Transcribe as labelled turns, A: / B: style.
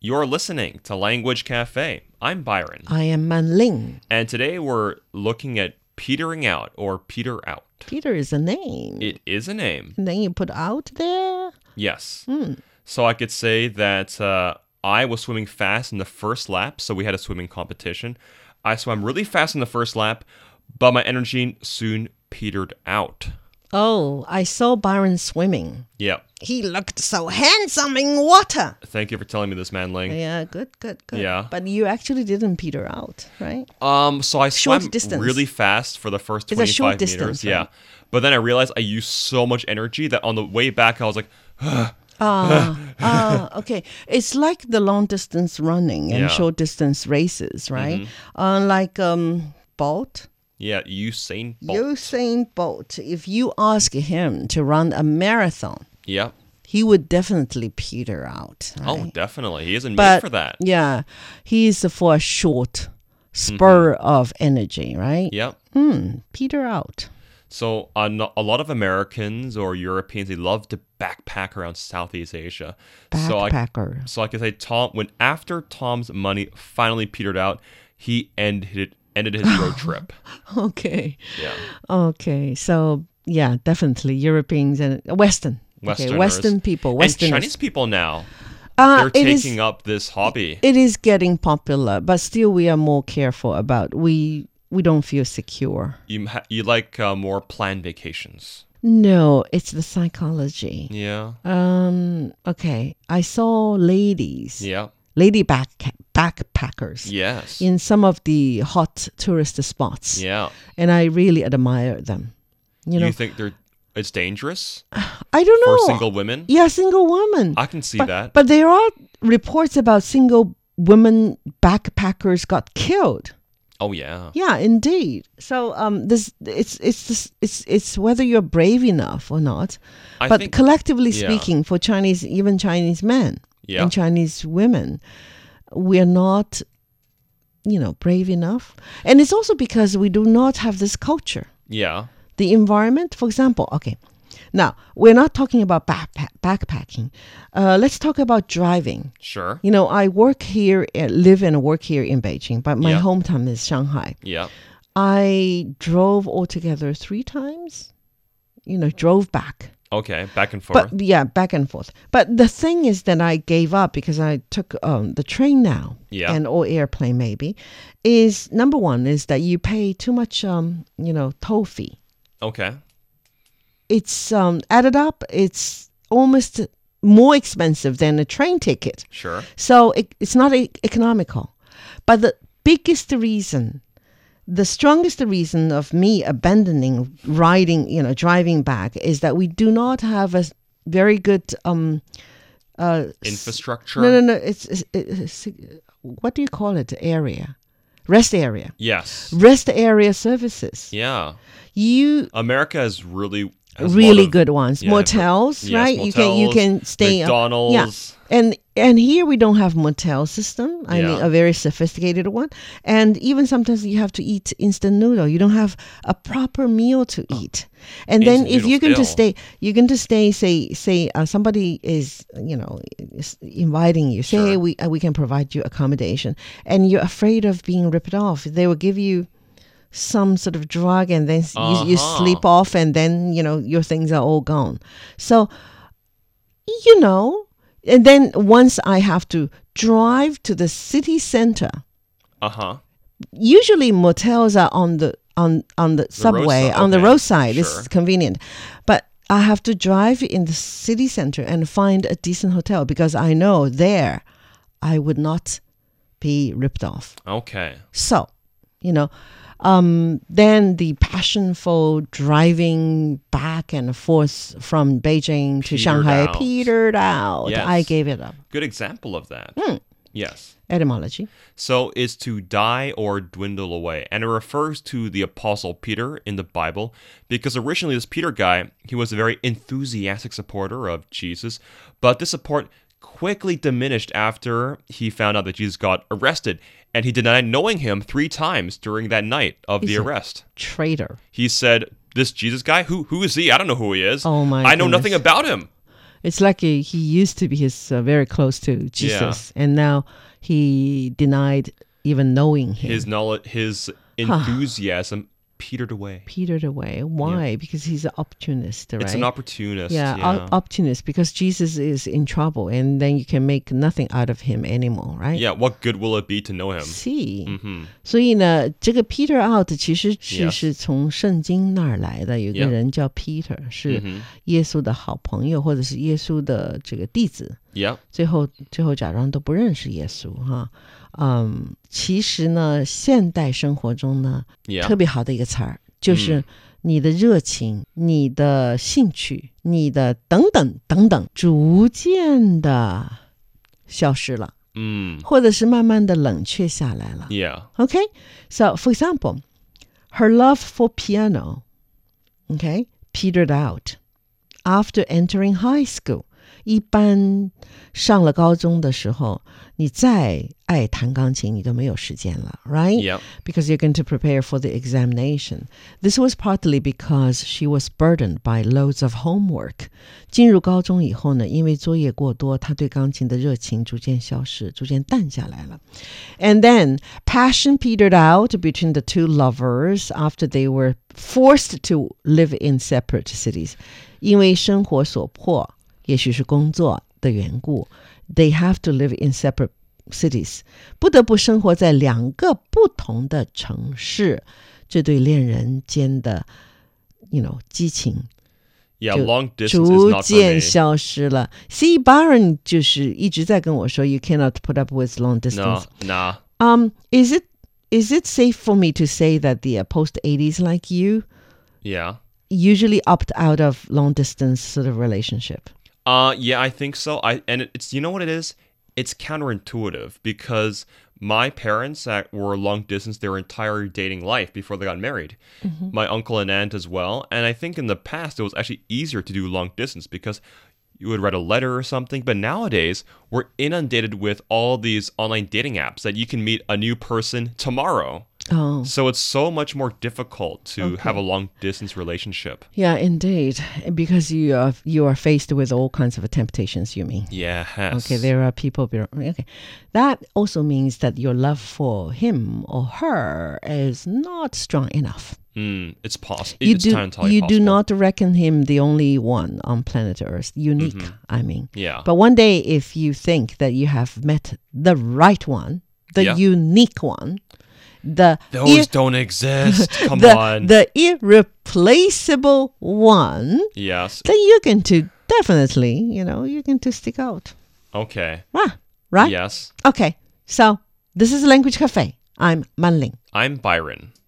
A: You're listening to Language Cafe. I'm Byron.
B: I am Manling.
A: And today we're looking at petering out or peter out.
B: Peter is a name.
A: It is a name.
B: and then you put out there.
A: Yes.
B: Hmm.
A: So I could say that uh, I was swimming fast in the first lap, so we had a swimming competition. I swam really fast in the first lap, but my energy soon petered out.
B: Oh, I saw Byron swimming.
A: Yep.
B: He looked so handsome in water.
A: Thank you for telling me this, Manling.
B: Yeah, good, good, good.
A: Yeah.
B: But you actually didn't peter out, right?
A: Um, so I swam
B: Short distance.
A: really fast for the first
B: It's a
A: 25
B: short
A: meters.
B: distance,
A: Yeah.
B: right?
A: But then I realized I used so much energy that on the way back I was like,
B: Ah, ah, okay. It's like the long distance running and
A: Yeah. Mm-hmm.
B: short distance races, right? Uh, like um, Bolt.
A: yeah, Usain Bolt.
B: Usain Bolt, if you ask him to run a marathon,
A: yeah.
B: he would definitely peter out. right?
A: Oh, definitely. He isn't made
B: but
A: for that.
B: yeah, he's for a short spur of energy, right?
A: Mm-hmm. Yep.
B: Hmm, peter out.
A: So a no- a lot of Americans or Europeans they love to backpack around Southeast Asia. So I
B: Backpacker.
A: so I can say Tom when after Tom's money finally petered out, he ended it ended his road trip.
B: okay,
A: Yeah.
B: okay. So yeah, definitely Europeans and Western.
A: Westerners.
B: Okay, Western people. Western.
A: And Chinese people now
B: Uh,
A: they're
B: it
A: taking
B: is-
A: up this hobby.
B: it is getting popular, but still we are more careful about we we don't feel secure.
A: you ha- you like uh, more planned vacations.
B: No, it's the psychology.
A: Yeah.
B: Um. Okay, I saw ladies,
A: Yeah.
B: lady back backpackers.
A: Yes.
B: in some of the hot tourist spots.
A: Yeah.
B: And I really admire them. You
A: You,
B: know,
A: think they're it's dangerous
B: I don't know.
A: for single women?
B: yeah, single women.
A: I can see that.
B: But there are reports about single women backpackers got killed.
A: oh yeah.
B: Yeah, indeed. So um, this it's it's this, it's it's whether you're brave enough or not.
A: I
B: but
A: think
B: collectively
A: yeah.
B: speaking, for Chinese, even Chinese men
A: Yeah.
B: and Chinese women, we're not, you know, brave enough. And it's also because we do not have this culture.
A: yeah.
B: The environment, for example, okay. Now, we're not talking about backpack, backpacking. Uh, let's talk about driving.
A: Sure.
B: You know, I work here, uh, live and work here in Beijing, but my
A: Yeah.
B: hometown is Shanghai.
A: Yeah.
B: I drove altogether three times, you know, drove back.
A: Okay. Back and forth.
B: But yeah, back and forth. But the thing is that I gave up because I took um, the train now,
A: Yeah.
B: and or airplane maybe. Is number one is that you pay too much, um, you know, toll fee.
A: okay.
B: It's um, added up. It's almost more expensive than a train ticket,
A: Sure.
B: so it, it's not e- economical. But the biggest reason, the strongest reason of me abandoning riding, you know, driving back is that we do not have a s- very good um,
A: Infrastructure.
B: No, no, no. It's, it's, it's what do you call it? Area, rest area,
A: Yes.
B: rest area services.
A: Yeah.
B: You
A: America is really has a lot
B: really
A: of-
B: good ones,
A: yeah, but-
B: motels,
A: yes,
B: right? you can you
A: motels,
B: can stay. uh, up-
A: McDonald's.
B: yeah, and and here we don't have motel system. I mean,
A: Yeah.
B: a very sophisticated one. And even sometimes you have to eat instant noodle. You don't have a proper meal to eat. And then
A: Oh. Instant
B: if you're going
A: noodles
B: to
A: still.
B: stay, you're going to stay. Say say uh, somebody is you know is inviting you. Say hey, we uh, we can provide you accommodation, and you're afraid of being ripped off. They will give you some sort of drug and then s- you, you
A: Uh-huh.
B: sleep off and then you know your things are all gone so you know and then once i have to drive to the city center
A: Uh huh.
B: usually motels are on the on on the subway
A: roadside,
B: on the
A: okay,
B: roadside
A: sure.
B: it's convenient but i have to drive in the city center and find a decent hotel because i know there i would not be ripped off
A: Okay.
B: so, you know, um, then the passion for driving back and forth from Beijing to
A: Petered
B: Shanghai
A: out.
B: petered out.
A: Yes.
B: I gave it up.
A: Good example of that.
B: Hmm.
A: Yes.
B: Etymology.
A: So is to die or dwindle away, and it refers to the apostle Peter in the Bible, because originally this Peter guy, he was a very enthusiastic supporter of Jesus, but this support quickly diminished after he found out that Jesus got arrested, and he denied knowing him three times during that night of the arrest.
B: Traitor.
A: He said, "This Jesus guy, who who is he? I don't know who he is.
B: Oh my
A: I know nothing
B: goodness.
A: about him."
B: It's like he, he used to be his uh, very close to Jesus, and now he denied even knowing him.
A: His knowledge, his enthusiasm petered away.
B: petered away. Why? Because he's an opportunist, right?
A: It's an opportunist.
B: yeah,
A: Yeah.
B: op- opportunist because Jesus is in trouble, and then you can make nothing out of him anymore, right?
A: yeah. What good will it be to know him?
B: 是，
A: hmm
B: 所以呢，这个 Peter out 其实是
A: Yes
B: 是从圣经那儿来的，有个
A: Yeah
B: 人叫 Peter，是
A: hmm
B: 耶稣的好朋友，或者是耶稣的这个弟子。
A: Yeah.
B: 最后，最后假装都不认识耶稣哈，嗯，其实呢，现代生活中呢，
A: Yeah.
B: 特别好的一个词儿就是你的热情、你的兴趣、你的等等等等，逐渐的消失了，
A: Mm.
B: 或者是慢慢的冷却下来了。
A: Yeah.
B: Okay. So, for example, her love for piano, okay, petered out after entering high school. 一般上了高中的时候，你再爱弹钢琴，你都没有时间了，right?
A: Yeah.
B: because you're going to prepare for the examination. This was partly because she was burdened by loads of homework. 进入高中以后呢，因为作业过多，她对钢琴的热情逐渐消失，逐渐淡下来了。And then passion petered out between the two lovers after they were forced to live in separate cities. 因为生活所迫，也许是工作的缘故，they have to live in separate cities，不得不生活在两个不同的城市。这对恋人间的，you know，激情
A: Yeah.
B: 就
A: Long distance is
B: 逐
A: not for me.
B: 渐消失了。C. Baron 就是一直在跟我说，you cannot put up with long distance
A: No. Nah.
B: Um, is it is it safe for me to say that the uh, post 80s like you
A: Yeah.
B: usually opt out of long distance sort of relationship?
A: Uh, yeah, I think so. I and it's you know what it is? It's counterintuitive because my parents uh, were long distance their entire dating life before they got married.
B: Mm-hmm.
A: My uncle and aunt as well. And I think in the past it was actually easier to do long distance because you would write a letter or something. But nowadays we're inundated with all these online dating apps that you can meet a new person tomorrow.
B: Oh,
A: So it's so much more difficult to have a long distance relationship.
B: yeah, indeed, because you are you are faced with all kinds of temptations. You mean?
A: Yes.
B: Okay, there are people. be- Okay, that also means that your love for him or her is not strong enough.
A: Mm, it's possible.
B: You
A: It's
B: do
A: kind of totally
B: you do
A: possible.
B: not reckon him the only one on planet Earth, unique. I mean,
A: Mm-hmm. Yeah.
B: But one day, if you think that you have met the right one, the
A: Yeah.
B: unique one, the
A: Those
B: ir-
A: don't exist. Come
B: the,
A: on.
B: the irreplaceable one,
A: yes.
B: then you're going to definitely, you know, you're going to stick out.
A: Okay.
B: Ah, right?
A: Yes.
B: Okay. So this is Language Cafe. I'm Manling.
A: I'm Byron.